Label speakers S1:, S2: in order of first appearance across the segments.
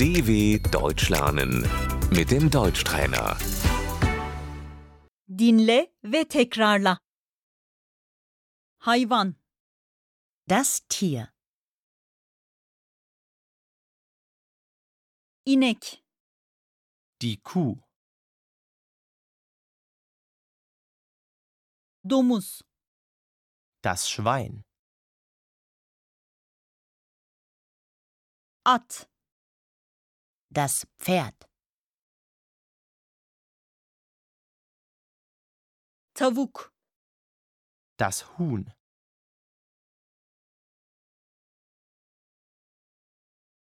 S1: DW Deutsch lernen mit dem Deutschtrainer.
S2: Dinle ve tekrarla. Hayvan,
S3: Das Tier.
S2: inek,
S4: Die Kuh,
S2: domuz,
S4: das Schwein,
S2: at,
S3: Das Pferd.
S2: tavuk,
S4: das Huhn,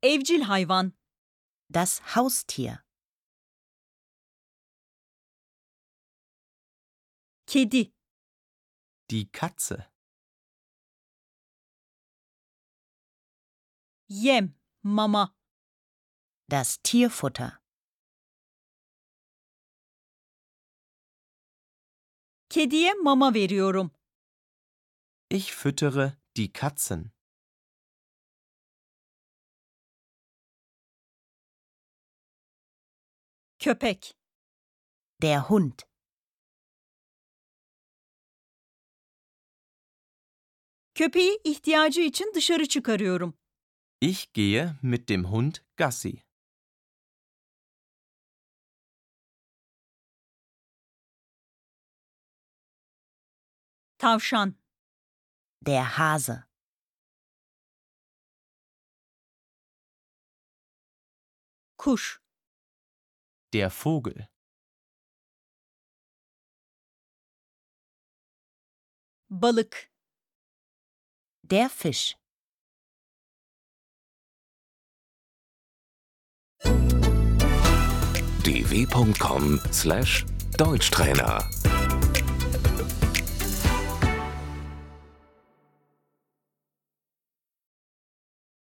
S2: evcil hayvan,
S3: Das Haustier.
S2: kedi,
S4: die Katze,
S2: yem, mama,
S3: Das Tierfutter.
S2: kediye mama veriyorum.
S4: ich füttere die Katzen.
S2: Köpek,
S3: Der Hund.
S2: köpeği ihtiyacı için dışarı çıkarıyorum.
S4: Ich gehe mit dem Hund Gassi.
S2: Tavşan,
S3: Der Hase.
S2: kuş,
S4: Der Vogel,
S2: balık,
S3: Der Fisch.
S1: dw.com/deutschtrainer